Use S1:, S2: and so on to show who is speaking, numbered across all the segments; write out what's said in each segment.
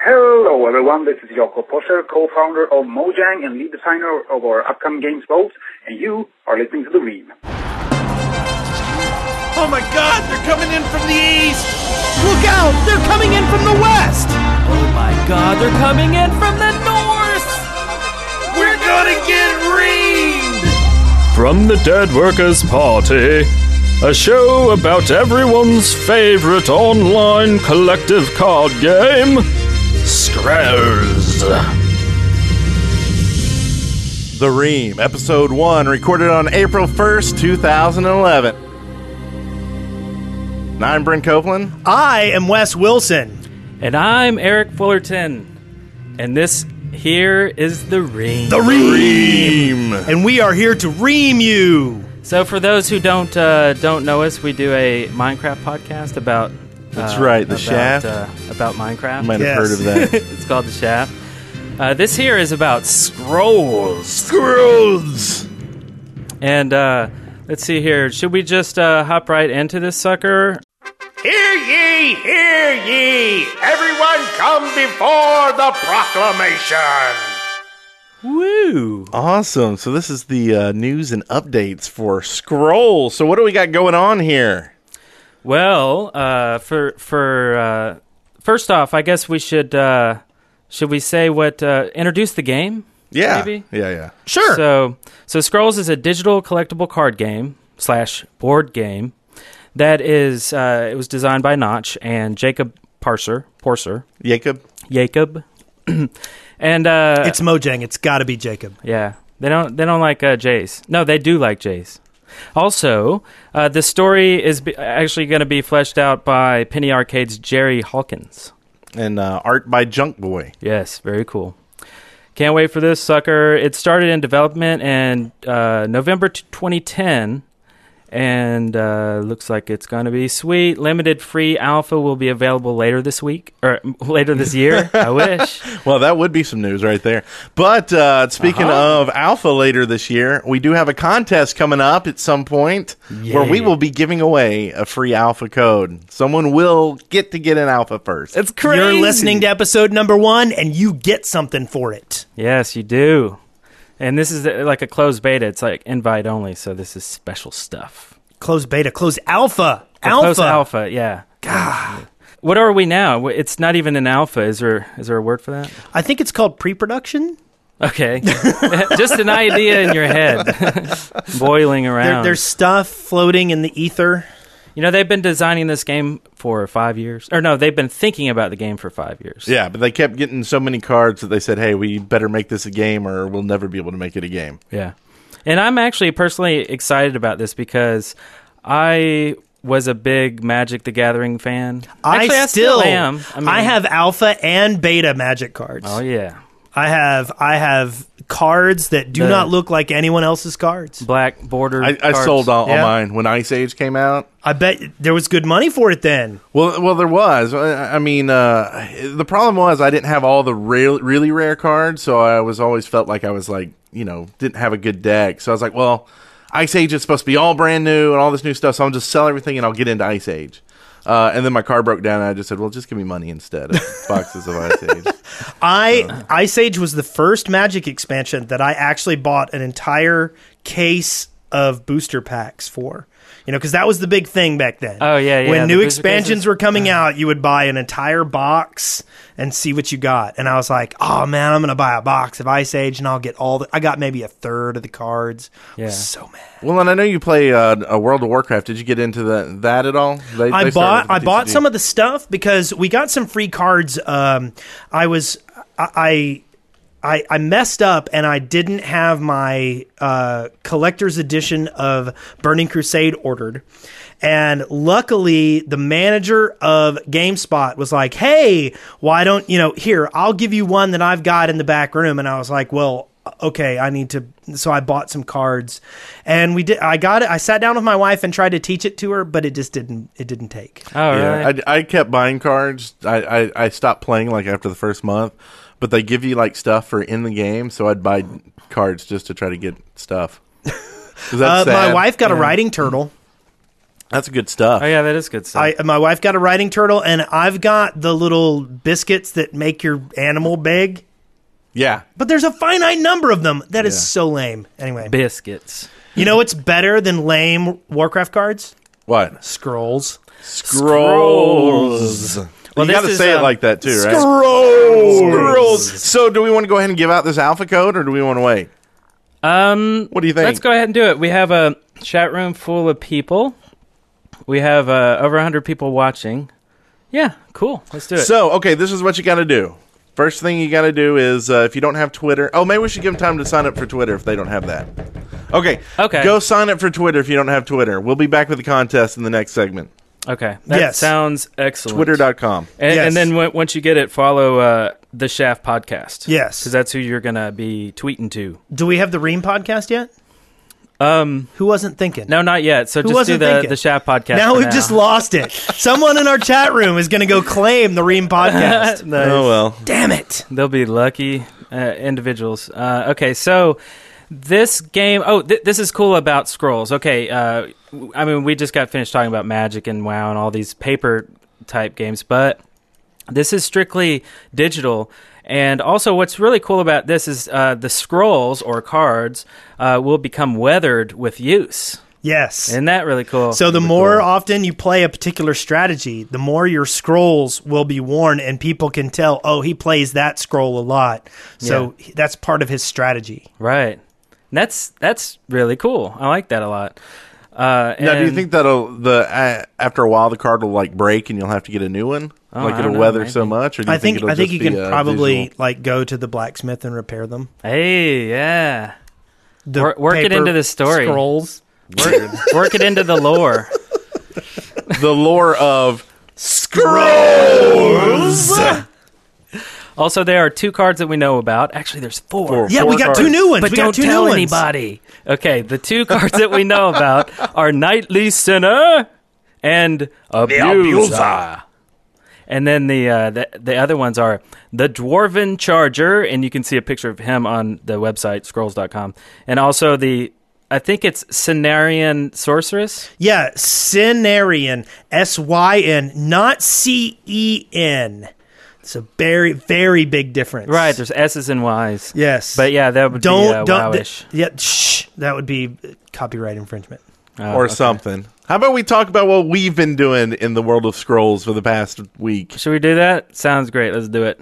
S1: Hello everyone, this is Jakob Posher, co-founder of Mojang and lead designer of our upcoming games Vault, and you are listening to The Ream.
S2: Oh my god, they're coming in from the east! Look out, they're coming in from the west! Oh my god, they're coming in from the north! We're gonna get reamed!
S3: From the Dead Workers Party, a show about everyone's favorite online collective card game, Scrolls.
S4: The Ream, Episode 1, recorded on April 1st, 2011. And I'm Brent Copeland.
S5: I am Wes Wilson.
S6: And I'm Eric Fullerton. And this here is the ring.
S4: Ream!
S5: And we are here to ream you.
S6: so for those who don't uh, don't know us, we do a Minecraft podcast about
S4: That's right, The
S6: about,
S4: Shaft.
S6: uh, about Minecraft.
S4: You might
S5: Yes.
S4: have heard of that.
S6: it's called the Shaft. Uh, this here is about scrolls.
S4: Scrolls!
S6: And uh, let's see here. Should we just uh, hop right into this sucker?
S7: Hear ye, hear ye! Everyone come before the proclamation!
S6: Woo!
S4: Awesome. So, this is the uh, news and updates for Scrolls. So, what do we got going on here?
S6: Well, uh, for for uh, first off, I guess we should uh, should we say what uh, introduce the game?
S4: Yeah.
S6: Maybe.
S4: Yeah, yeah.
S5: Sure.
S6: So, so Scrolls is a digital collectible card game slash board game that is uh, it was designed by Notch and Jacob Parser, Porser,
S4: Jacob?
S6: Jacob, and uh,
S5: it's Mojang. It's got to be Jacob.
S6: yeah, they don't they don't like uh, Jays. No, they do like Jays. Also, uh, the story is be- actually going to be fleshed out by Penny Arcade's Jerry Hawkins.
S4: And uh, art by Junk Boy.
S6: Yes, very cool. Can't wait for this sucker. It started in development in uh, November t- 2010, and uh, looks like it's going to be sweet. Limited free alpha will be available later this week or later this year. I wish.
S4: Well, that would be some news right there. But uh, speaking
S6: Uh-huh.
S4: of Alpha later this year, we do have a contest coming up at some point where we will be giving away a free Alpha code. Someone will get to get an Alpha first.
S6: It's crazy.
S5: You're listening to episode number one, and you get something for it.
S6: Yes, you do. And this is uh, like a closed beta. It's like invite only, so this is special stuff.
S5: Close beta. Close alpha.
S6: Or
S5: Alpha.
S6: Close alpha, yeah. God. What are we now? W- It's not even an alpha. Is there is there a word for that?
S5: I think it's called pre-production.
S6: Okay. Just an idea in your head boiling
S5: There,
S6: around.
S5: there's stuff floating in the ether.
S6: you know, they've been designing this game for five years. Or no, they've been thinking about the game for five years.
S4: yeah, but they kept getting so many cards that they said, hey, we better make this a game or we'll never be able to make it a game.
S6: Yeah. And I'm actually personally excited about this because I was a big Magic the Gathering fan. Actually, I still am.
S5: I,
S6: mean-
S5: have alpha and beta magic cards.
S6: Oh, yeah.
S5: I have. I have cards that do
S6: The-
S5: not look like anyone else's cards.
S6: Black border.
S4: I, I
S6: cards.
S4: sold all, all
S5: Yeah.
S4: mine when Ice Age came out.
S5: I bet there was good money for it then.
S4: Well, well, there was. I I mean, uh, the problem was I didn't have all the real, really rare cards, so I was always felt like I was like, you know, didn't have a good deck. So I was like, well, Ice Age is supposed to be all brand new and all this new stuff, so I'll just sell everything and I'll get into Ice Age. Uh, and then my car broke down, and I just said, well, just give me money instead of boxes of Ice Age.
S6: Uh-huh.
S5: I Ice Age was the first Magic expansion that I actually bought an entire case of booster packs for. You know, because that was the big thing back then.
S6: Oh, yeah, yeah,
S5: When
S6: the
S5: new
S6: booster
S5: expansions
S6: cases. Uh-huh.
S5: were coming out, you would buy an entire box and see what you got. And I was like, oh man, I'm gonna buy a box of Ice Age, and I'll get all the. I got maybe a third of the cards. I was
S6: Yeah.
S5: so mad.
S4: Well, and I know you play uh, a World of Warcraft. Did you get into the, that at all? They-
S5: I
S4: they started
S5: bought
S4: with
S5: I
S4: the
S5: bought
S4: TCG.
S5: some of the stuff because we got some free cards. Um, I was I. I I, I messed up and I didn't have my uh, collector's edition of Burning Crusade ordered. And luckily, the manager of GameSpot was like, hey, why don't, you know, here, I'll give you one that I've got in the back room. And I was like, well, okay, I need to. So I bought some cards, and we did. I got it. I sat down with my wife and tried to teach it to her, but it just didn't. It didn't take.
S6: All right.
S4: yeah, I, I kept buying cards. I, I, I stopped playing like after the first month, but they give you like stuff for in the game, so I'd buy cards just to try to get stuff. 'Cause
S5: Uh,
S4: that's
S5: my
S4: sad.
S5: wife got a riding turtle.
S4: That's good stuff.
S6: oh yeah, that is good stuff.
S5: I my wife got a riding turtle, and I've got the little biscuits that make your animal big.
S4: yeah,
S5: But there's a finite number of them. That is so lame. Anyway,
S6: Biscuits.
S5: you know what's better than lame Warcraft cards?
S4: what
S5: Scrolls.
S4: scrolls? Well, you
S6: this
S4: got to
S6: is,
S4: say it
S6: um,
S4: like that too, right? Scrolls. So, do we want to go ahead and give out this alpha code, or do we want to wait? Um, what do you think?
S6: Let's go ahead and do it. We have a chat room full of people. We have uh, over 100 people watching. Yeah, cool. Let's do it.
S4: So, okay, this is what you got to do. First thing you got to do is uh, if you don't have Twitter, oh, maybe we should give them time to sign up for Twitter if they don't have that. Okay.
S6: Okay.
S4: Go sign up for Twitter if you don't have Twitter. We'll be back with the contest in the next segment.
S6: okay, that
S5: Yes.
S6: sounds excellent.
S4: Twitter.com.
S6: And,
S5: Yes.
S6: and then w- once you get it, follow uh, the Shaft podcast.
S5: Yes.
S6: because that's who you're gonna be tweeting to.
S5: Do we have the Ream podcast yet? Um, who wasn't thinking?
S6: No, not yet. So just do
S5: wasn't
S6: the
S5: thinking?
S6: the Shaft podcast.
S5: Now
S6: for
S5: we've just lost it. Someone in our chat room is going to go claim the Ream podcast.
S6: Nice.
S4: Oh, well.
S5: Damn it!
S6: They'll be lucky uh, individuals. Uh, okay, so this game. Oh, th- this is cool about scrolls. Okay, uh, w- I mean, we just got finished talking about Magic and WoW and all these paper type games, but this is strictly digital. And also, what's really cool about this is uh, the scrolls or cards uh, will become weathered with use.
S5: Yes.
S6: Isn't that really cool?
S5: so the more often you play a particular strategy, the more your scrolls will be worn, and people can tell. Oh, he plays that scroll a lot, so he- that's part of his strategy.
S6: right, And that's that's really cool. I like that a lot. Uh,
S4: Now, do you
S6: and-
S4: think that'll, the uh, after a while, the card will like break and you'll have to get a new one? like
S6: Oh, I
S4: it'll
S6: don't know,
S4: weather
S6: maybe.
S4: so much? Or do you
S5: I think,
S4: it'll
S5: I think
S4: just
S5: you
S4: be
S5: can
S4: a
S5: probably
S4: visual-
S5: like go to the blacksmith and repair them.
S6: Hey, yeah.
S5: The
S6: Work- work it
S5: paper
S6: into the story.
S5: Scrolls.
S6: Work, work it into the lore.
S4: the lore of.
S6: Oh, Also, there are two cards that we know about. Actually, there's four.
S5: Yeah,
S4: Four
S5: we got two
S4: cards.
S5: new ones.
S6: But
S5: we
S6: don't
S5: got two
S6: tell
S5: new ones.
S6: anybody. Okay, the two cards that we know about are Knightly Sinner and Abuser. And then the, uh, the the other ones are the Dwarven Charger, and you can see a picture of him on the website scrolls.com, and also the I think it's Cenarian Sorceress.
S5: Yeah, Cenarian, S Y N, not C E N. It's a very, very big difference.
S6: Right, there's S's and Y's.
S5: Yes.
S6: But yeah, that would
S5: don't,
S6: be uh,
S5: don't,
S6: wowish.
S5: th- yeah, shh, that would be uh, copyright infringement.
S4: Or something. How about we talk about what we've been doing in the world of scrolls for the past week?
S6: Should we do that? Sounds great. Let's do it.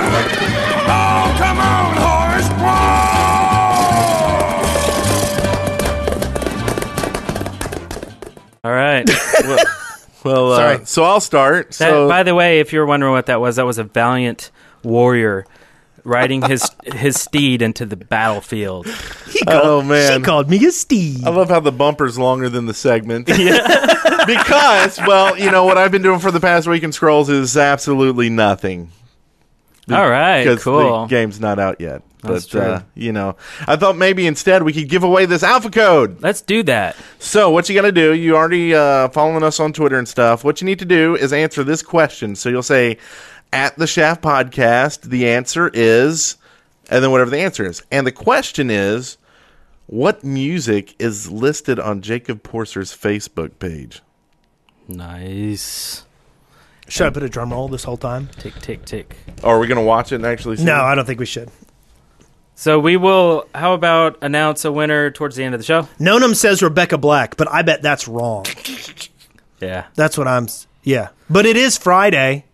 S7: Oh, come on, horse!
S6: All right.
S4: Well, uh,
S5: Sorry.
S4: so I'll start.
S6: That,
S4: so
S6: by the way, if you're wondering what that was, that was a valiant warrior riding his his steed into the battlefield.
S5: He
S4: Oh,
S5: called,
S4: man.
S5: She called me a Steve.
S4: I love how the bumper's longer than the segment. because, well, you know, what I've been doing for the past week in Scrolls is absolutely nothing.
S6: All right,
S4: the
S6: cool.
S4: game's not out yet.
S6: That's
S4: But, uh,
S6: true.
S4: you know, I thought maybe instead we could give away this alpha code.
S6: Let's do that.
S4: So, what you got to do, you already uh, following us on Twitter and stuff. What you need to do is answer this question. So, you'll say, at the Shaft Podcast, the answer is, and then whatever the answer is. And the question is, what music is listed on Jacob Porser's Facebook page?
S6: Nice.
S5: Should I put a drum roll this whole time?
S6: Tick tick tick.
S4: Are we going to watch it and actually see
S5: No,
S4: it?
S5: I don't think we should.
S6: So we will. How about announce a winner towards the end of the show?
S5: Nonum says Rebecca Black, but I bet that's wrong.
S6: Yeah.
S5: That's what I'm. s- Yeah. But it is Friday.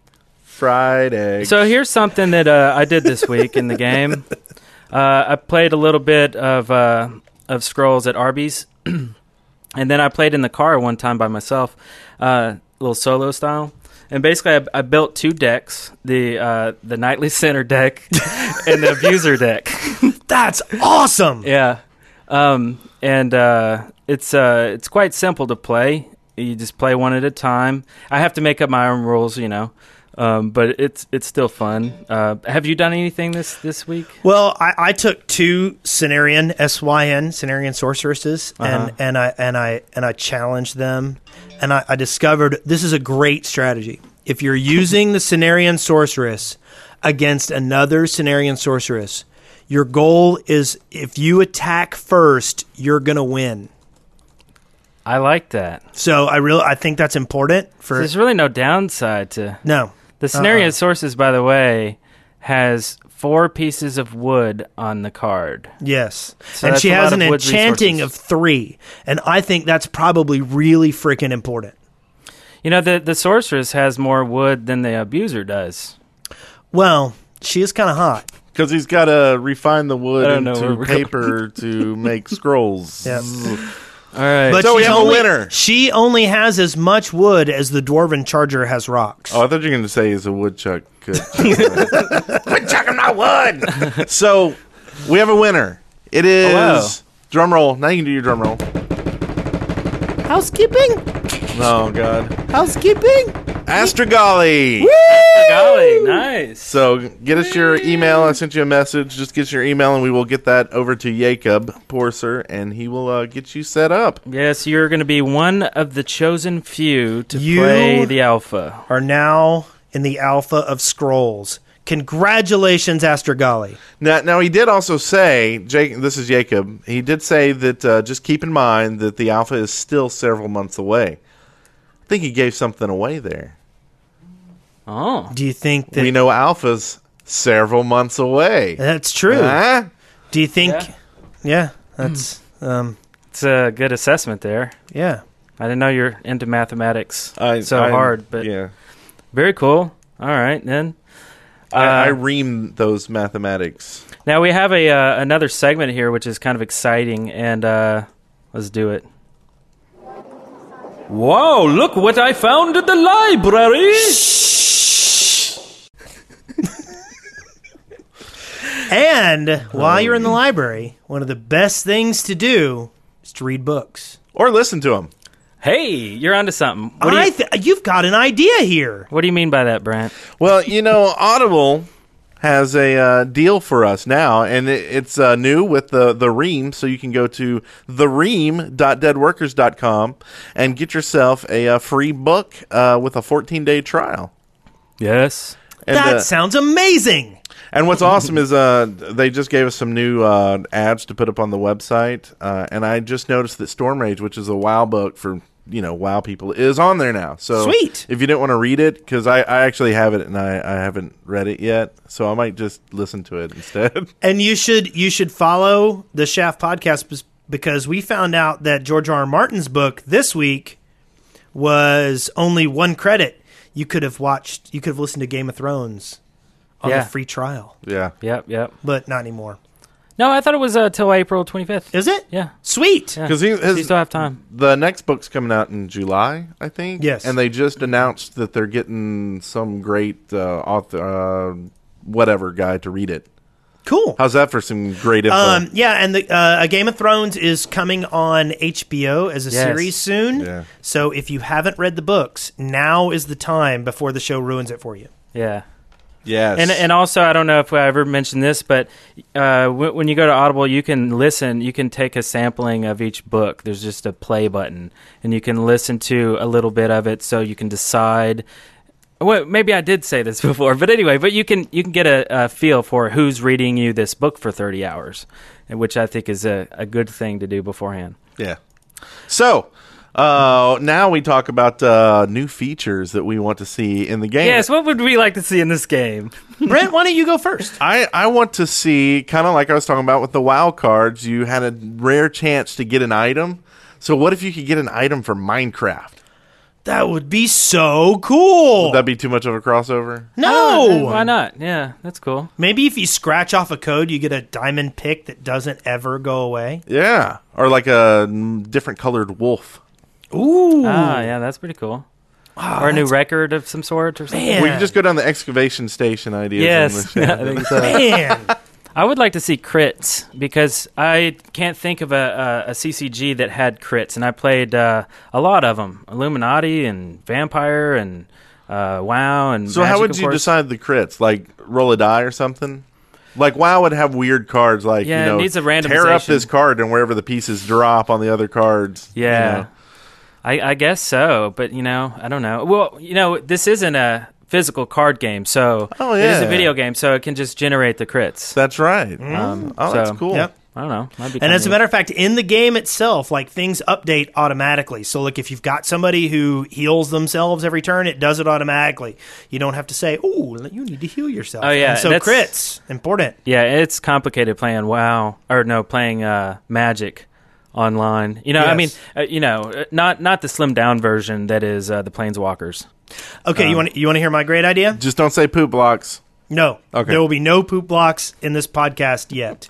S4: Friday.
S6: So here's something that uh, I did this week in the game. Uh, I played a little bit of uh, of scrolls at Arby's, and then I played in the car one time by myself, uh, little solo style. And basically, I, I built two decks: the uh, the nightly center deck and the abuser deck.
S5: That's awesome.
S6: Yeah. Um, and uh, it's uh, it's quite simple to play. You just play one at a time. I have to make up my own rules, you know. Um, but it's it's still fun. Uh, have you done anything this this week?
S5: Well, I, I took two Cenarian S Y N Cenarian sorceresses,
S6: Uh-huh.
S5: and and I and I and I challenged them, and I, I discovered this is a great strategy. If you're using the Cenarian sorceress against another Cenarian sorceress, your goal is if you attack first, you're gonna win.
S6: I like that.
S5: So I really I think that's important for
S6: There's really no downside to
S5: no.
S6: the scenario. Sources, by the way, has four pieces of wood on the card.
S5: Yes.
S6: So
S5: and
S6: that's
S5: she
S6: a
S5: has
S6: lot
S5: an
S6: of wood
S5: enchanting
S6: resources.
S5: of three. And I think that's probably really freaking important.
S6: You know, the the sorceress has more wood than the abuser does.
S5: Well, she is kind of hot.
S4: Because he's got to refine the wood
S6: I don't know where
S4: into
S6: we're
S4: paper to make scrolls.
S5: Yeah.
S6: All right,
S5: But
S4: So we
S5: she's
S4: have a
S5: only,
S4: winner.
S5: She only has as much wood as the dwarven charger has rocks.
S4: Oh, I thought you were going to say is a woodchuck. uh, Good. Quit chucking my wood. so we have a winner. It is
S6: Hello.
S4: drum roll. Now you can do your drum roll.
S5: Housekeeping?
S4: Oh God,
S5: Housekeeping?
S4: Astragali.
S6: golly, nice.
S4: So get us your email. I sent you a message. Just get your email, and we will get that over to Jacob Porser, and he will uh, get you set up.
S6: Yes, you're going to be one of the chosen few to
S5: You-
S6: play the alpha.
S5: Are now in the alpha of scrolls. Congratulations, Astragali.
S4: Now, now he did also say, Jake, this is Jacob. He did say that uh, just keep in mind that the alpha is still several months away. I think he gave something away there.
S6: Oh,
S5: Do you think that
S4: we know alpha's several months away.
S5: that's true?
S4: Huh?
S5: Do you think
S6: Yeah.
S5: Yeah, that's um
S6: it's a good assessment there.
S5: yeah.
S6: I didn't know you're into mathematics
S4: I-
S6: so
S4: I-
S6: hard, but
S4: yeah,
S6: very cool. All right, then.
S4: I, I
S6: Uh,
S4: ream those mathematics.
S6: Now we have a uh, another segment here, which is kind of exciting, and uh, let's do it. Whoa! Look what I found at the library.
S5: And while you're in
S4: Oh.
S5: the library, one of the best things to do is to read books.
S4: Or listen to him.
S6: Hey, you're onto something. What do
S5: I
S6: you
S5: th- you've got an idea here.
S6: What do you mean by that, Brant?
S4: Well, you know, Audible has a uh, deal for us now, and it, it's uh, new with the the Ream. So you can go to theream.deadworkers.com and get yourself a, uh free book uh, with a 14 day trial.
S6: Yes.
S4: And,
S5: that
S4: uh,
S5: sounds amazing.
S4: And what's awesome is uh, they just gave us some new uh, ads to put up on the website, uh, and I just noticed that Storm Rage, which is a WoW book for you know WoW people, is on there now. So
S5: Sweet.
S4: If you didn't want to read it, because I, I actually have it and I, I haven't read it yet, so I might just listen to it instead.
S5: And you should you should follow the Shaft podcast bes- because we found out that George R. R. Martin's book this week was only one credit. You could have watched. You could have listened to Game of Thrones on
S6: Yeah.
S5: the free trial,
S4: yeah.
S6: Yep. Yep.
S5: but not anymore.
S6: No, I thought it was uh, till April 25th.
S5: Is it?
S6: Yeah.
S5: Sweet.
S4: Because he
S6: So you
S4: his,
S6: still have time.
S4: the next book's coming out in July, I think.
S5: Yes.
S4: and they just announced that they're getting some great uh, author, uh, whatever guy to read it.
S5: Cool.
S4: How's that for some great info?
S5: Um, yeah, and the uh, A Game of Thrones is coming on HBO as a
S6: Yes.
S5: series soon.
S4: Yeah.
S5: So if you haven't read the books, now is the time before the show ruins it for you.
S6: Yeah.
S4: yes,
S6: And and also, I don't know if I ever mentioned this, but uh, w- when you go to Audible, you can listen. You can take a sampling of each book. There's just a play button, and you can listen to a little bit of it, so you can decide. Well, maybe I did say this before, but anyway, but you can you can get a, a feel for who's reading you this book for 30 hours, and which I think is a, a good thing to do beforehand.
S4: Yeah. So uh, now we talk about uh, new features that we want to see in the game.
S6: Yes, what would we like to see in this game?
S5: Brent, why don't you go first?
S4: I, I want to see kind of like I was talking about with the WoW cards. You had a rare chance to get an item. So what if you could get an item from Minecraft?
S5: That would be so cool.
S4: That'd be too much of a crossover.
S5: no.
S6: Why not? Yeah, that's cool.
S5: Maybe if you scratch off a code, you get a diamond pick that doesn't ever go away.
S4: Yeah, or like a mm, different colored wolf.
S5: Ooh.
S6: Ah, yeah, that's pretty cool. or a new record of some sort or something.
S5: Man.
S4: We can just go down the excavation station ideas.
S6: Yes.
S4: on
S6: I
S4: the show.
S6: think so.
S5: Man.
S6: I would like to see crits because I can't think of a, a, a CCG that had crits, and I played uh, a lot of them: Illuminati and Vampire and uh, WoW and.
S4: So
S6: Magic,
S4: how would
S6: of
S4: you
S6: course.
S4: decide the crits? Like roll a die or something? Like WoW would have weird cards like
S6: Yeah, it
S4: you know
S6: needs a
S4: tear up
S6: randomization.
S4: this card and wherever the pieces drop on the other cards. you
S6: Yeah.
S4: know.
S6: I, I guess so, but you know, I don't know. Well, you know, this isn't a physical card game, so
S4: Oh,
S6: it is a
S4: yeah.
S6: video game, so it can just generate the crits.
S4: That's right. Um, oh,
S6: Mm. so-
S4: that's cool.
S5: Yep.
S6: I don't know. Might be
S5: And as
S6: kinda
S5: a
S6: neat.
S5: matter of fact, in the game itself, like things update automatically. So like if you've got somebody who heals themselves every turn, it does it automatically. You don't have to say, "Oh, you need to heal yourself."
S6: Oh, yeah,
S5: And so
S6: that's-
S5: crits important.
S6: yeah, it's complicated playing WoW or no, playing uh, Magic online. You know, I
S5: Yes.
S6: mean, uh, you know, uh, not not the slimmed down version that is uh, the Planeswalkers.
S5: Okay, you want you want to hear my great idea?
S4: Just don't say poop blocks.
S5: No.
S4: Okay.
S5: There will be no poop blocks in this podcast yet.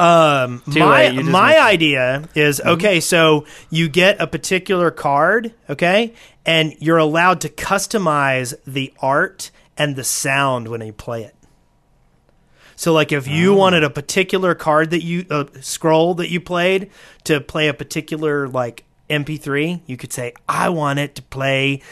S5: um,
S6: Too
S5: my
S6: late, you just mentioned it.
S5: my
S6: Mm-hmm.
S5: idea is okay, so you get a particular card, okay, and you're allowed to customize the art and the sound when you play it. So, like, if
S6: Oh.
S5: you wanted a particular card that you uh, scroll that you played to play a particular like MP3, you could say, "I want it to play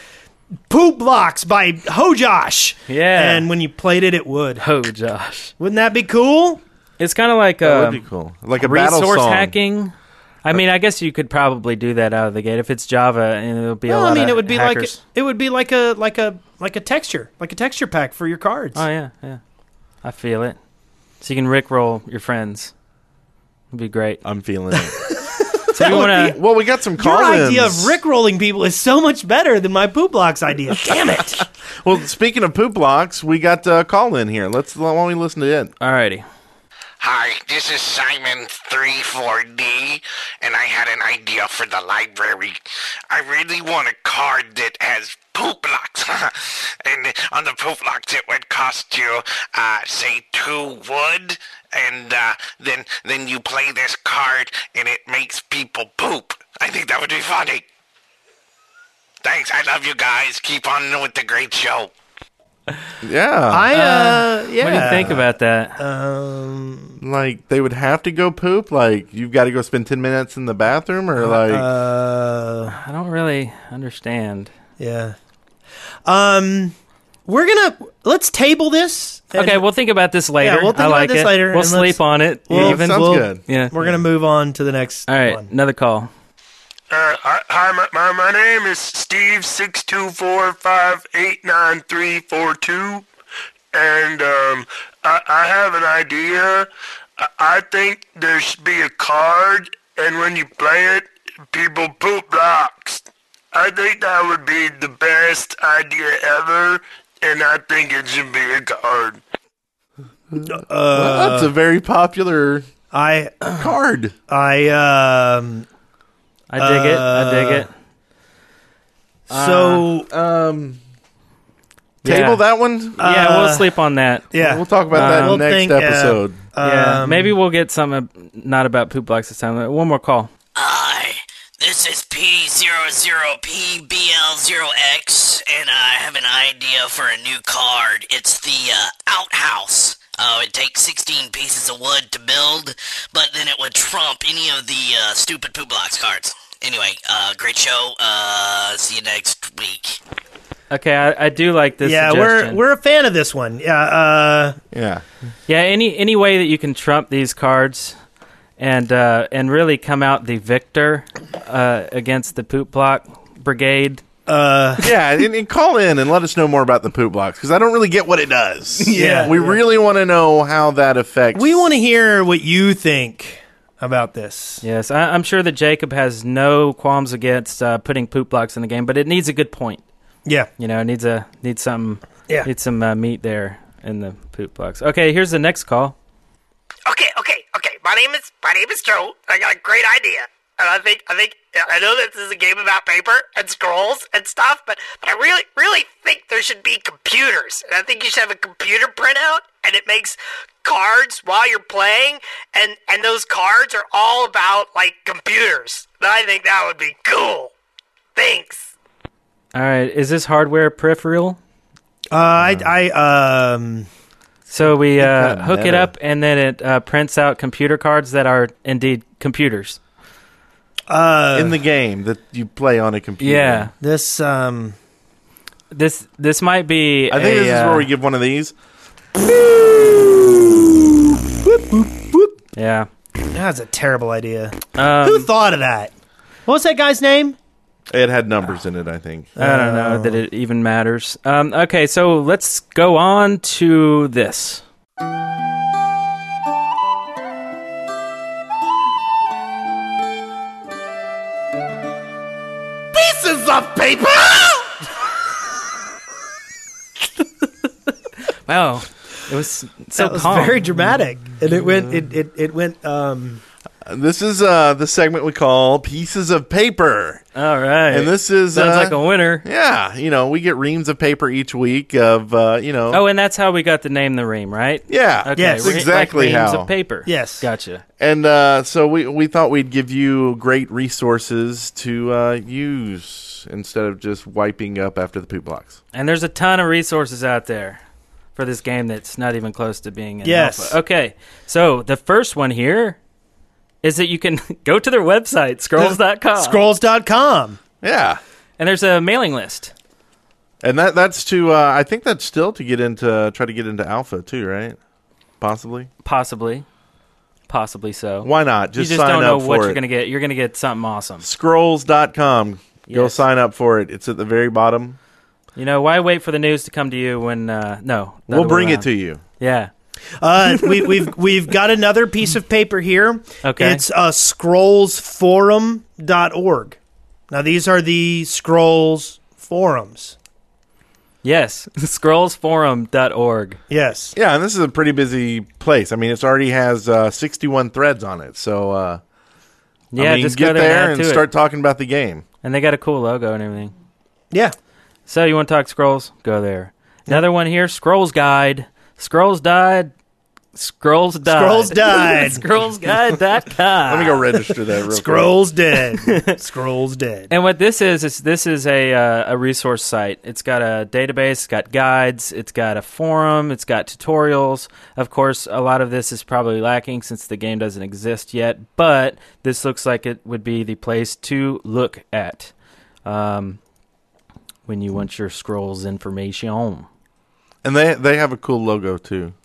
S5: Poop Blocks by Hojosh."
S6: Yeah.
S5: and when you played it, it would.
S6: Oh, Josh,
S5: Wouldn't that be cool?
S6: it's kind of like
S4: That
S6: uh,
S4: would be cool. Like a battle
S6: resource
S4: song.
S6: hacking.
S5: Uh,
S6: I mean, I guess you could probably do that out of the gate if it's Java, and it'll be. a
S5: Well,
S6: lot
S5: I mean,
S6: of
S5: it would be
S6: hackers.
S5: like it would be like a like a like a texture, like a texture pack for your cards.
S6: Oh yeah, yeah. I feel it. So you can rickroll your friends. It'd be great.
S4: I'm feeling it.
S6: So we want to.
S4: well, we got some
S5: Your
S4: call-ins.
S5: idea of rickrolling people is so much better than my poop blocks idea. Damn it!
S4: Well, speaking of poop blocks, we got a call in here. Let's why don't we listen to it?
S6: Alrighty.
S8: Hi, this is Simon34D, and I had an idea for the library. I really want a card that has poop blocks. and on the poop blocks, it would cost you, uh, say, two wood, and uh, then, then you play this card, and it makes people poop. I think that would be funny. Thanks, I love you guys. Keep on with the great show.
S4: Yeah,
S5: I uh, yeah. Uh,
S6: What do you think about that?
S4: like they would have to go poop. Like you've got to go spend ten minutes in the bathroom, or like
S6: uh,
S5: Uh,
S6: I don't really understand.
S5: yeah. Um, we're gonna let's table this. and
S6: Okay, we'll think about this later.
S5: we'll think
S6: I
S5: about
S6: like
S5: this
S6: it.
S5: later,
S6: We'll
S5: and let's-
S6: sleep on it.
S4: yeah, that
S5: even-
S4: sounds
S5: we'll-
S4: good.
S6: yeah.
S5: we're gonna move on to the next.
S6: All right.
S5: one.
S6: Another call.
S8: Uh, hi- hi, my, my, my name is Steve six two four five eight nine three four two, and um, I, I have an idea. I, I think there should be a card, and when you play it, people poop blocks. I think that would be the best idea ever, and I think it should be a card.
S4: Well, that's a very popular
S5: I
S4: card.
S5: I um.
S6: I dig it. I dig it. Uh,
S5: So
S4: Um,
S6: Yeah.
S4: table that one.
S6: yeah, we'll
S5: uh,
S6: sleep on that.
S5: yeah,
S4: We'll talk about that
S5: We'll
S4: in the next
S5: think, uh,
S4: episode.
S6: yeah.
S5: um,
S6: Maybe we'll get some uh, not about poop blocks this time. One more call.
S9: Hi, this is P00PBL0X, and I have an idea for a new card. It's the uh, Outhouse. Uh, it takes 16 pieces of wood to build, but then it would trump any of the uh, stupid poo blocks cards. Anyway, uh, great show. Uh, see you next week.
S6: Okay, I, I do like this.
S5: yeah, we're
S6: suggestion.
S5: we're a fan of this one. Yeah, uh,
S4: Yeah,
S6: Yeah, any any way that you can trump these cards and uh, and really come out the victor uh, against the poop block brigade.
S4: yeah, and, and call in and let us know more about the poop blocks because I don't really get what it does.
S5: Yeah.
S4: we really want to know how that affects.
S5: we want to hear what you think about this.
S6: Yes, I, I'm sure that Jacob has no qualms against uh, putting poop blocks in the game, but it needs a good point.
S5: Yeah,
S6: You know, it needs a needs some
S5: yeah.
S6: needs some uh, meat there in the poop blocks. Okay, here's the next call.
S8: Okay, okay, okay. My name is my name is Joe. I got a great idea, and I think I think I know this is a game about paper and scrolls and stuff, but but I really really think there should be computers, and I think you should have a computer printout, and it makes cards while you're playing, and and those cards are all about like computers. I think that would be cool. Thanks.
S6: All right, is this hardware peripheral?
S5: Uh, I I Uh, um
S6: So we uh,
S4: kinda
S6: hook it
S4: meta.
S6: up, and then it uh, prints out computer cards that are indeed computers.
S5: Uh,
S4: in the game that you play on a computer.
S6: Yeah.
S5: This um
S6: This this might be.
S4: I think
S6: a,
S4: this is
S6: uh,
S4: where we give one of these.
S6: Yeah.
S5: that's a terrible idea. Who
S6: Um,
S5: thought of that? What was that guy's name?
S4: It had numbers in it, I think.
S6: I don't
S5: Oh.
S6: know that it even matters. Um, okay, so let's go on to this.
S7: Pieces of paper!
S6: Wow, it was so
S5: That was
S6: calm.
S5: very dramatic. And it went it it, it went um
S4: This is uh, the segment we call Pieces of Paper.
S6: All right,
S4: And this is.
S6: sounds
S4: uh,
S6: like a winner.
S4: Yeah, you know, we get reams of paper each week of, uh, you know.
S6: Oh, and that's how we got the name the ream, right?
S4: yeah.
S6: Okay,
S5: Yes.
S6: re- like
S4: Exactly
S6: reams
S4: how.
S6: of paper.
S5: Yes.
S6: gotcha.
S4: And uh, so we, we thought we'd give you great resources to uh, use instead of just wiping up after the poop blocks.
S6: And there's a ton of resources out there for this game that's not even close to being in
S5: Yes.
S6: alpha. Okay, so the first one here is that you can go to their website, scrolls.com,
S5: scrolls.com.
S4: Yeah.
S6: and there's a mailing list.
S4: And that that's to uh, I think that's still to get into try to get into alpha too, right? Possibly.
S6: Possibly. Possibly so.
S4: Why not?
S6: you
S4: Just,
S6: just
S4: sign
S6: don't
S4: up
S6: know
S4: for
S6: what
S4: it.
S6: you're going to get. You're going to get something awesome.
S4: Scrolls.com. Go
S6: Yes.
S4: sign up for it. It's at the very bottom.
S6: You know, why wait for the news to come to you when, uh, no. the
S4: We'll
S6: other way
S4: bring it
S6: around.
S4: to you.
S6: Yeah.
S5: Uh, we, we've we've got another piece of paper here.
S6: Okay.
S5: It's uh, scrollsforum.org. Now these are the scrolls forums.
S6: Yes. Scrollsforum.org.
S5: Yes.
S4: Yeah, and this is a pretty busy place. I mean, it's already has uh, 61 threads on it. So uh,
S6: Yeah,
S4: I mean,
S6: just
S4: get
S6: go there,
S4: there
S6: and, add
S4: and
S6: to it.
S4: start talking about the game.
S6: And they got a cool logo and everything.
S5: Yeah.
S6: So you want to talk scrolls? Go there. Another one here, Scrolls Guide. Scrolls died. Scrolls died.
S5: Scrolls died.
S6: Scrollsguide.com.
S4: Let me go register that real quick.
S5: Scrolls dead. scrolls dead.
S6: And what this is is this is a uh, a resource site. It's got a database, it's got guides, it's got a forum, it's got tutorials. Of course, a lot of this is probably lacking since the game doesn't exist yet, but this looks like it would be the place to look at um, when you want your scrolls information.
S4: And they they have a cool logo too.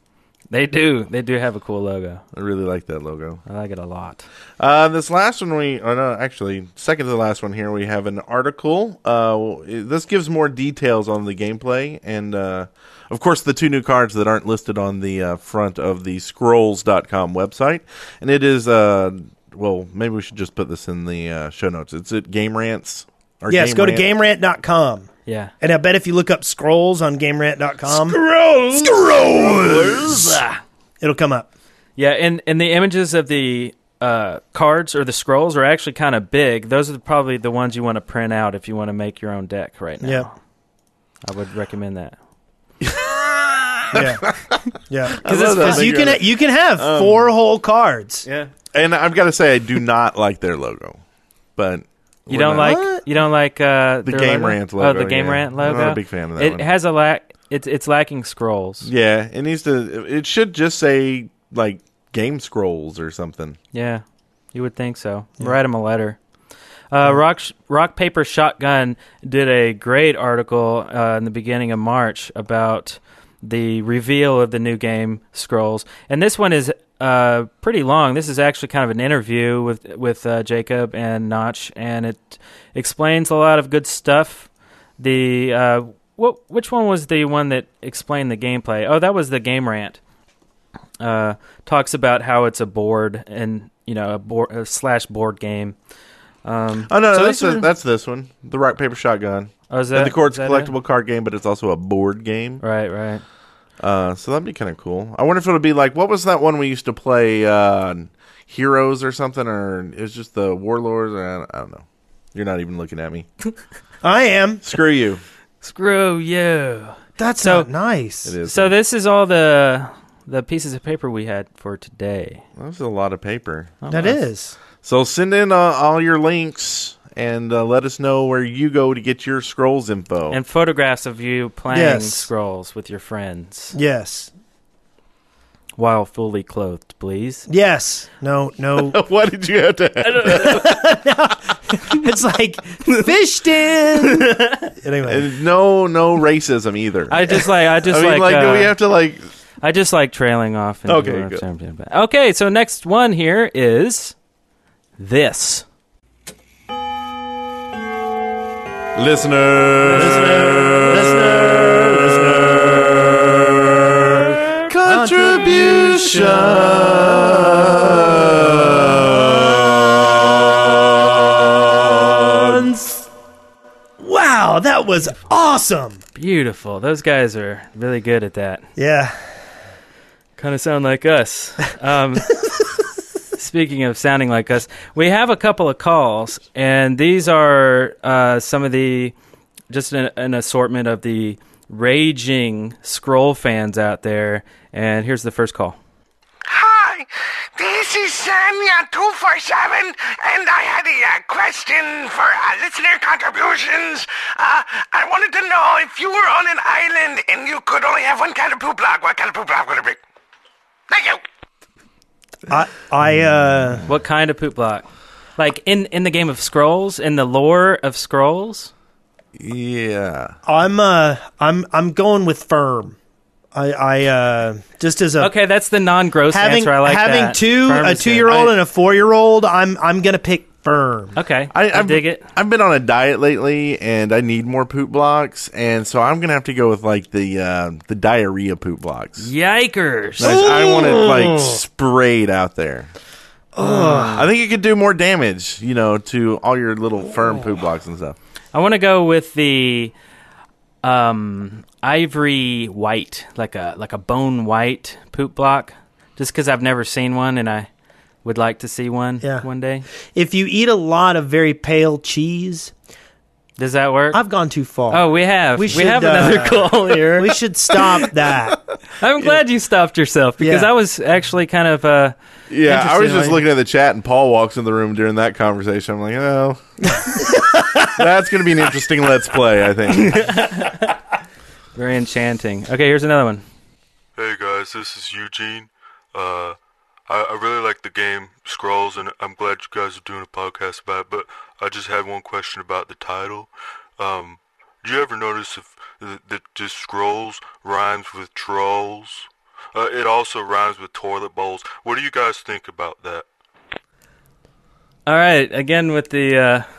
S6: They do. They do have a cool logo.
S4: I really like that logo.
S6: I like it a lot.
S4: Uh, this last one we, or no, actually, second to the last one here, we have an article. Uh, this gives more details on the gameplay and, uh, of course, the two new cards that aren't listed on the uh, front of the scrolls.com website. And it is, uh, well, maybe we should just put this in the uh, show notes. It's at Game Rants. Or
S5: Yes, go to
S4: Rant.
S5: gamerant.com.
S6: Yeah.
S5: And I bet if you look up scrolls on gamerant.com, it'll come up.
S6: Yeah, and and the images of the uh, cards or the scrolls are actually kind of big. Those are probably the ones you want to print out if you want to make your own deck right now.
S5: Yeah.
S6: I would recommend that.
S5: Yeah. Yeah.
S4: love that.
S5: Because you can you can have four whole cards.
S6: Yeah.
S4: And I've got to say, I do not like their logo, but. we're
S6: You don't
S4: not-
S6: like you don't like uh,
S4: The
S6: their
S4: Game
S6: logo?
S4: Rant logo,
S6: Oh, the Game
S4: yeah.
S6: Rant
S4: I'm not
S6: logo.
S4: a big fan of that
S6: It
S4: one.
S6: has a lack. It's it's lacking scrolls.
S4: Yeah, it needs to. It should just say like game scrolls or something.
S6: Yeah, you would think so. Write him a letter. Uh, Rock, Sh- Rock Paper Shotgun did a great article uh, in the beginning of March about the reveal of the new game Scrolls, and this one is uh, pretty long. This is actually kind of an interview with with uh, Jacob and Notch, and it explains a lot of good stuff. The uh, what? Which one was the one that explained the gameplay? Oh, that was the Game Rant uh, talks about how it's a board and you know a board a slash board game. Um,
S4: Oh no,
S6: So
S4: that's
S6: these
S4: the-
S6: are-
S4: that's this one, the rock paper shotgun.
S6: oh, is
S4: and
S6: that
S4: the court's
S6: is that
S4: collectible card game, but it's also a board game.
S6: it? Right, right.
S4: Uh, so that'd be kind of cool. I wonder if it'll be like what was that one we used to play, uh, Heroes or something, or it was just the Warlords. Or I, I don't know. You're not even looking at me.
S5: I am.
S4: Screw you.
S6: Screw you.
S5: That's
S6: So-
S5: not nice.
S4: It is.
S6: So this is all the the pieces of paper we had for today.
S4: that was a lot of paper.
S5: That is.
S4: So send in uh, all your links and uh, let us know where you go to get your scrolls info.
S6: And photographs of you playing
S5: Yes.
S6: scrolls with your friends.
S5: Yes.
S6: while fully clothed, please.
S5: Yes. No, no.
S4: Why did you have to?
S5: it's like fished in. anyway.
S4: No, no racism either.
S6: I just like I just
S4: I mean,
S6: like,
S4: like, do
S6: uh,
S4: we have to like?
S6: I just like trailing off. And
S4: Okay,
S6: doing
S4: good.
S6: something bad. Okay, so next one here is this.
S4: Listener, contribution.
S5: Wow, that was awesome.
S6: Beautiful. Those guys are really good at that.
S5: Yeah.
S6: Kind of sound like us. Um, speaking of sounding like us, we have a couple of calls, and these are uh, some of the just an, an assortment of the raging scroll fans out there. And here's the first call.
S7: Hi, this is Samia247, and I had a uh, question for uh, listener contributions. Uh, I wanted to know if you were on an island and you could only have one kind of poop log, what kind of poop log would it be? Thank you.
S5: I I uh
S6: What kind of poop block? Like in in the game of scrolls, in the lore of scrolls.
S4: Yeah,
S5: I'm uh I'm I'm going with firm. I I uh just as a
S6: Okay, that's the non-gross
S5: having
S6: answer. I like
S5: having
S6: that.
S5: two
S6: Firm
S5: a
S6: is good.
S5: 2-year-old
S4: I-
S5: and a 4-year-old, I'm I'm going to pick firm.
S6: Okay,
S4: I,
S6: I,
S4: I've-
S6: dig it.
S4: I've been on a diet lately, and I need more poop blocks, and so I'm gonna have to go with like the uh, the diarrhea poop blocks.
S6: Yikers!
S4: Like, I want it like sprayed out there. I think it could do more damage, you know, to all your little firm poop blocks and stuff.
S6: I want to go with the um, ivory white, like a like a bone white poop block, just because I've never seen one and I would like to see one
S5: Yeah.
S6: one day.
S5: If you eat a lot of very pale cheese,
S6: Does that work?
S5: I've gone too far.
S6: oh, we have
S5: We
S6: we,
S5: should,
S6: have
S5: uh,
S6: another call here.
S5: we should stop that.
S6: I'm glad you stopped yourself because
S5: Yeah.
S6: I was actually kind of uh,
S4: Yeah, I was
S6: Interesting,
S4: just
S6: like-
S4: looking at the chat, and Paul walks in the room during that conversation. I'm like, oh, that's going to be an interesting let's play. I think.
S6: very enchanting. Okay, here's another one.
S10: Hey guys, this is Eugene. Uh, I, I really like the game Scrolls, and I'm glad you guys are doing a podcast about it. But I just had one question about the title. Um, do you ever notice if th- that just Scrolls rhymes with trolls? Uh, it also rhymes with toilet bowls. What do you guys think about that?
S6: All right, again with the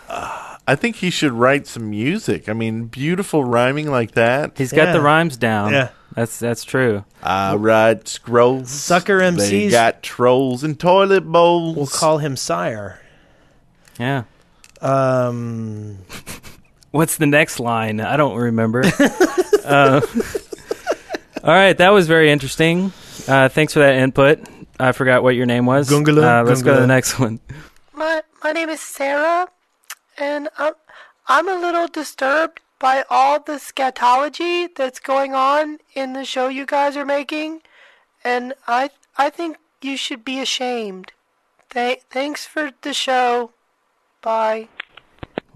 S6: uh,
S4: I think he should write some music. I mean, beautiful rhyming like that.
S6: he's got the
S5: Yeah.
S6: rhymes down.
S5: Yeah.
S6: that's that's true.
S4: I ride scrolls.
S5: Sucker
S4: They
S5: MCs.
S4: got trolls and toilet bowls.
S5: We'll call him sire.
S6: Yeah.
S5: Um
S6: What's the next line? I don't remember. Uh, all right, that was very interesting. Uh, thanks for that input. I forgot what your name was.
S5: Gungula,
S6: Uh, let's go to the
S5: Gungula.
S6: next one.
S11: My my name is Sarah, and I'm I'm a little disturbed by all the scatology that's going on in the show you guys are making, and I I think you should be ashamed. Th- thanks for the show. Bye.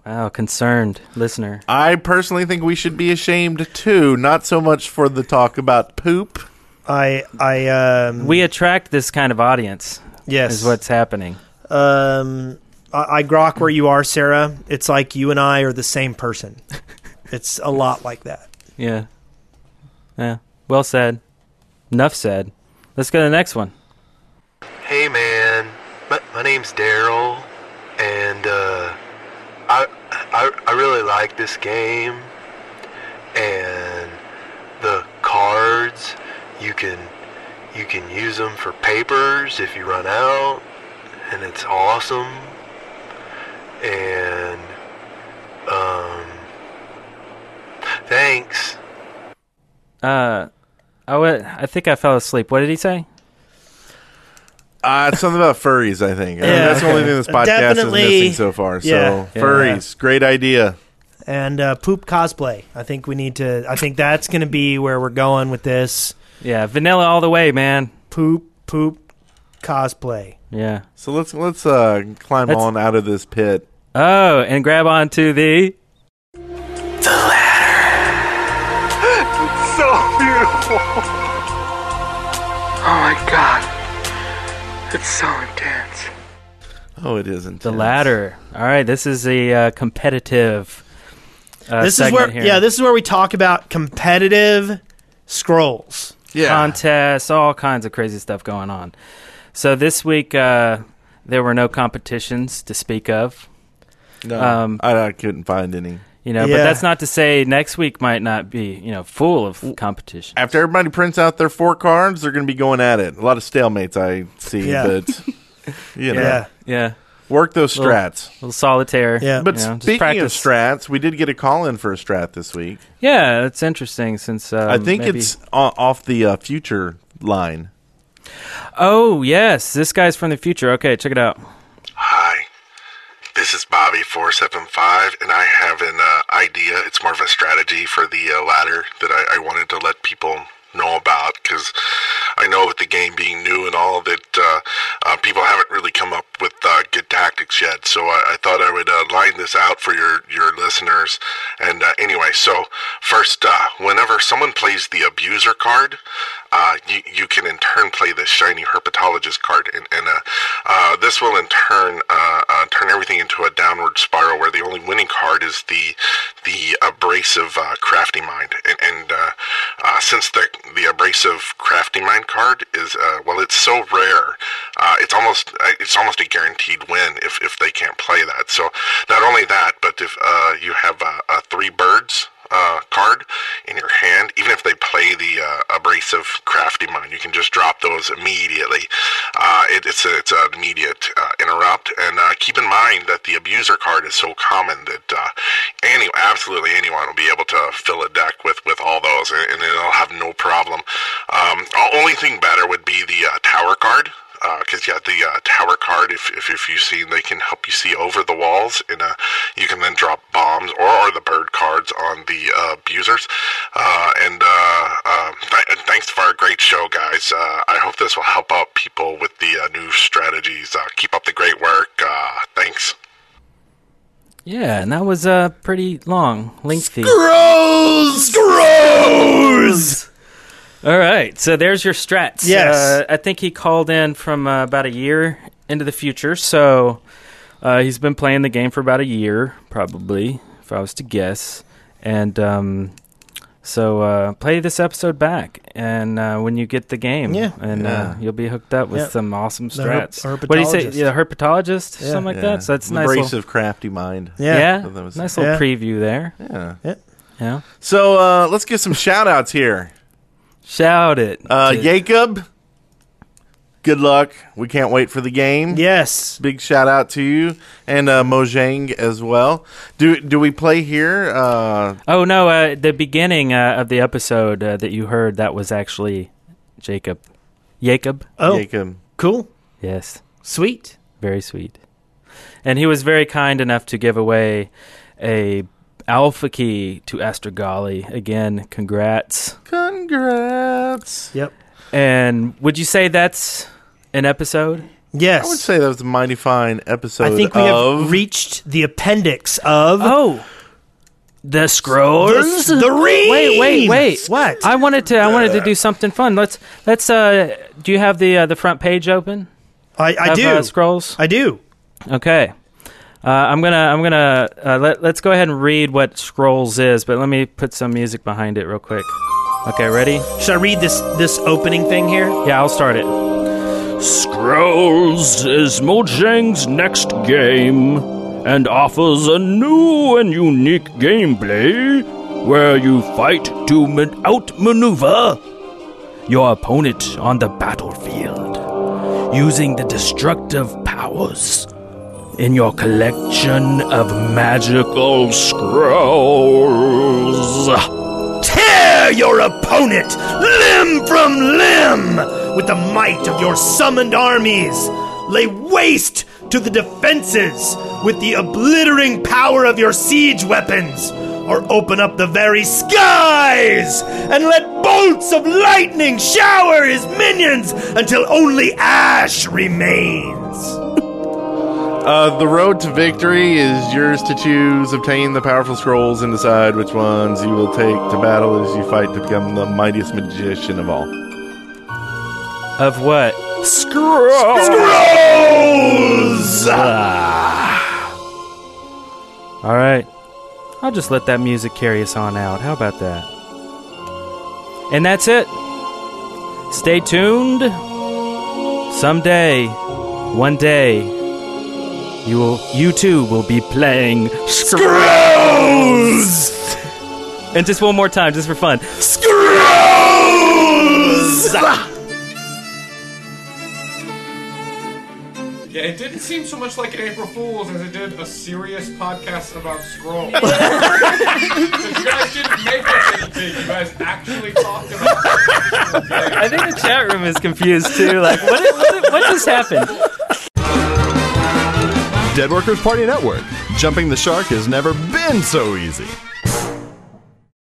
S6: Wow, concerned listener.
S4: I personally think we should be ashamed too. Not so much for the talk about poop.
S5: I I um
S6: We attract this kind of audience,
S5: yes.
S6: is what's happening.
S5: um I, I grok where you are, Sarah. It's like you and I are the same person. it's a lot like that.
S6: Yeah. Yeah. Well said. Enough said. Let's go to the next one.
S10: Hey man, my, my name's Daryl, and uh, I, I I really like this game, and the cards you can you can use them for papers if you run out, and it's awesome, and um, thanks.
S6: Uh, I wa- I think I fell asleep. What did he say?
S4: Uh, it's something about furries, I think. I mean,
S5: Yeah,
S4: that's the only
S5: okay.
S4: thing this podcast
S5: Definitely-
S4: is missing so far.
S5: yeah.
S4: So, furries, great idea.
S5: And uh, poop cosplay. I think we need to I think that's going to be where we're going with this
S6: Yeah, vanilla all the way, man.
S5: poop poop cosplay.
S6: Yeah.
S4: So let's let's uh, climb
S6: That's-
S4: on out of this pit.
S6: Oh, and grab onto the.
S7: So beautiful. Oh my god. It's so intense.
S4: Oh, it isn't.
S6: The ladder. All right, this is a uh, competitive. Uh,
S5: this is
S6: segment
S5: where
S6: here.
S5: yeah, this is where we talk about competitive scrolls.
S4: Yeah.
S6: Contests, all kinds of crazy stuff going on. So this week uh, there were no competitions to speak of.
S4: No, I, I couldn't find any.
S6: You know, but that's not to say next week might not be, you know, full of competition.
S4: After everybody prints out their four cards, they're going to be going at it. A lot of stalemates I see,
S6: Yeah.
S4: but you know,
S6: Yeah. Yeah.
S4: work those
S6: Little-
S4: strats.
S6: Little, solitaire.
S4: But
S6: you know, just
S4: speaking of
S6: practice.
S4: strats, we did get a call in for a strat this week.
S6: Yeah, it's interesting since um,
S4: I think
S6: maybe-
S4: it's o- off the uh, future line.
S6: Oh, yes. This guy's from the future. Okay, check it out.
S8: This is Bobby four seven five, and I have an uh, idea. It's more of a strategy for the uh, ladder that I, I wanted to let people know about because I know with the game being new and all that uh, uh, people haven't really come up with uh, good tactics yet. So I, I thought I would uh, line this out for your your listeners. And uh, anyway, so first, uh, whenever someone plays the abuser card, uh, you you can in turn play the shiny herpetologist card, and, and uh, uh, this will in turn uh, uh, turn everything into a downward spiral where the only winning card is the the abrasive uh, crafty mind, and, and uh, uh, since the the abrasive crafty mind card is uh, well, it's so rare, uh, it's almost uh, it's almost a guaranteed win if if they can't play that. So not only that, but if uh, you have uh, uh, three birds uh, card in your hand, even if they play the uh, abrasive crafty mine, you can just drop those immediately. Uh, it, it's a, it's an immediate uh, interrupt, and uh, keep in mind that the abuser card is so common that uh, any absolutely anyone will be able to fill a deck with with all those, and, and they'll have no problem. Um, o- only thing better would be the uh, tower card because yeah, the uh, tower card, if, if if you've seen, they can help you see over the walls, and uh, you can then drop bombs or, or the bird cards on the uh, abusers. Uh, and uh, um, th- thanks for a great show, guys. Uh, I hope this will help out people with the uh, new strategies. Uh, keep up the great work. Uh, thanks.
S6: Yeah, and that was uh, pretty long, lengthy.
S2: Gross! Gross!
S6: All right, so there's your strats.
S2: Yes.
S6: Uh, I think he called in from uh, about a year into the future, so uh, he's been playing the game for about a year, probably, if I was to guess. And um, so uh, play this episode back, and uh, when you get the game,
S5: Yeah.
S6: and
S5: Yeah.
S6: Uh, you'll be hooked up with
S5: Yeah.
S6: some awesome
S5: The herp-
S6: strats. what do you say?
S5: herpetologist.
S6: Yeah, herpetologist, or
S5: Yeah.
S6: something like
S4: Yeah.
S6: that. So that's a nice. little-
S4: abrasive crafty mind.
S6: Yeah,
S4: So that was-
S6: nice little
S4: Yeah.
S6: preview there.
S4: Yeah.
S5: Yeah.
S6: Yeah.
S4: So uh, let's get some shout outs here.
S6: Shout it.
S4: Uh,
S6: to-
S4: Jacob, good luck. We can't wait for the game.
S5: Yes.
S4: Big shout out to you and uh, Mojang as well. Do do we play here? Uh,
S6: Oh no! Uh, the beginning uh, of the episode uh, that you heard that was actually Jacob. Jacob.
S5: Oh.
S4: Jacob.
S5: Cool.
S6: Yes.
S5: Sweet.
S6: Very sweet. And he was very kind enough to give away a alpha key to Astrogali. Again, congrats.
S4: Congrats.
S5: Yep.
S6: And would you say that's an episode?
S5: Yes.
S4: I would say that was a mighty fine episode.
S5: I think we
S4: of-
S5: have reached the appendix of
S6: oh the
S5: scrolls, the, ring.
S6: Wait, wait, wait.
S5: What?
S6: I wanted to. I wanted to do something fun. Let's let's. Uh, do you have the uh, the front page open?
S5: I, I
S6: Of,
S5: do.
S6: uh, scrolls.
S5: I do.
S6: Okay. Uh, I'm gonna I'm gonna uh, let let's go ahead and read what scrolls is, but let me put some music behind it real quick. Okay, ready?
S5: Should I read this this opening thing here?
S6: Yeah, I'll start it.
S3: Scrolls is Mojang's next game and offers a new and unique gameplay where you fight to man- outmaneuver your opponent on the battlefield using the destructive powers in your collection of magical scrolls.
S2: Tear your opponent limb from limb with the might of your summoned armies. Lay waste to the defenses with the obliterating power of your siege weapons. Or open up the very skies and let bolts of lightning shower his minions until only ash remains.
S4: Uh, the road to victory is yours to choose. Obtain the powerful scrolls and decide which ones you will take to battle as you fight to become the mightiest magician of all.
S6: Of what?
S12: Scrolls! Scrolls!
S6: Ah. All right. I'll just let that music carry us on out. How about that? And that's it. Stay tuned. Someday, one day, you will you too will be playing Scrolls. And just one more time, just for fun. Scrolls.
S10: Yeah, it didn't seem so much like an April Fool's as it did a serious podcast about scrolls. you guys didn't make up anything. You guys actually talked about.
S6: I think the chat room is confused too. Like, what, what, what just happened?
S4: Dead Workers Party Network. Jumping the shark has never been so easy.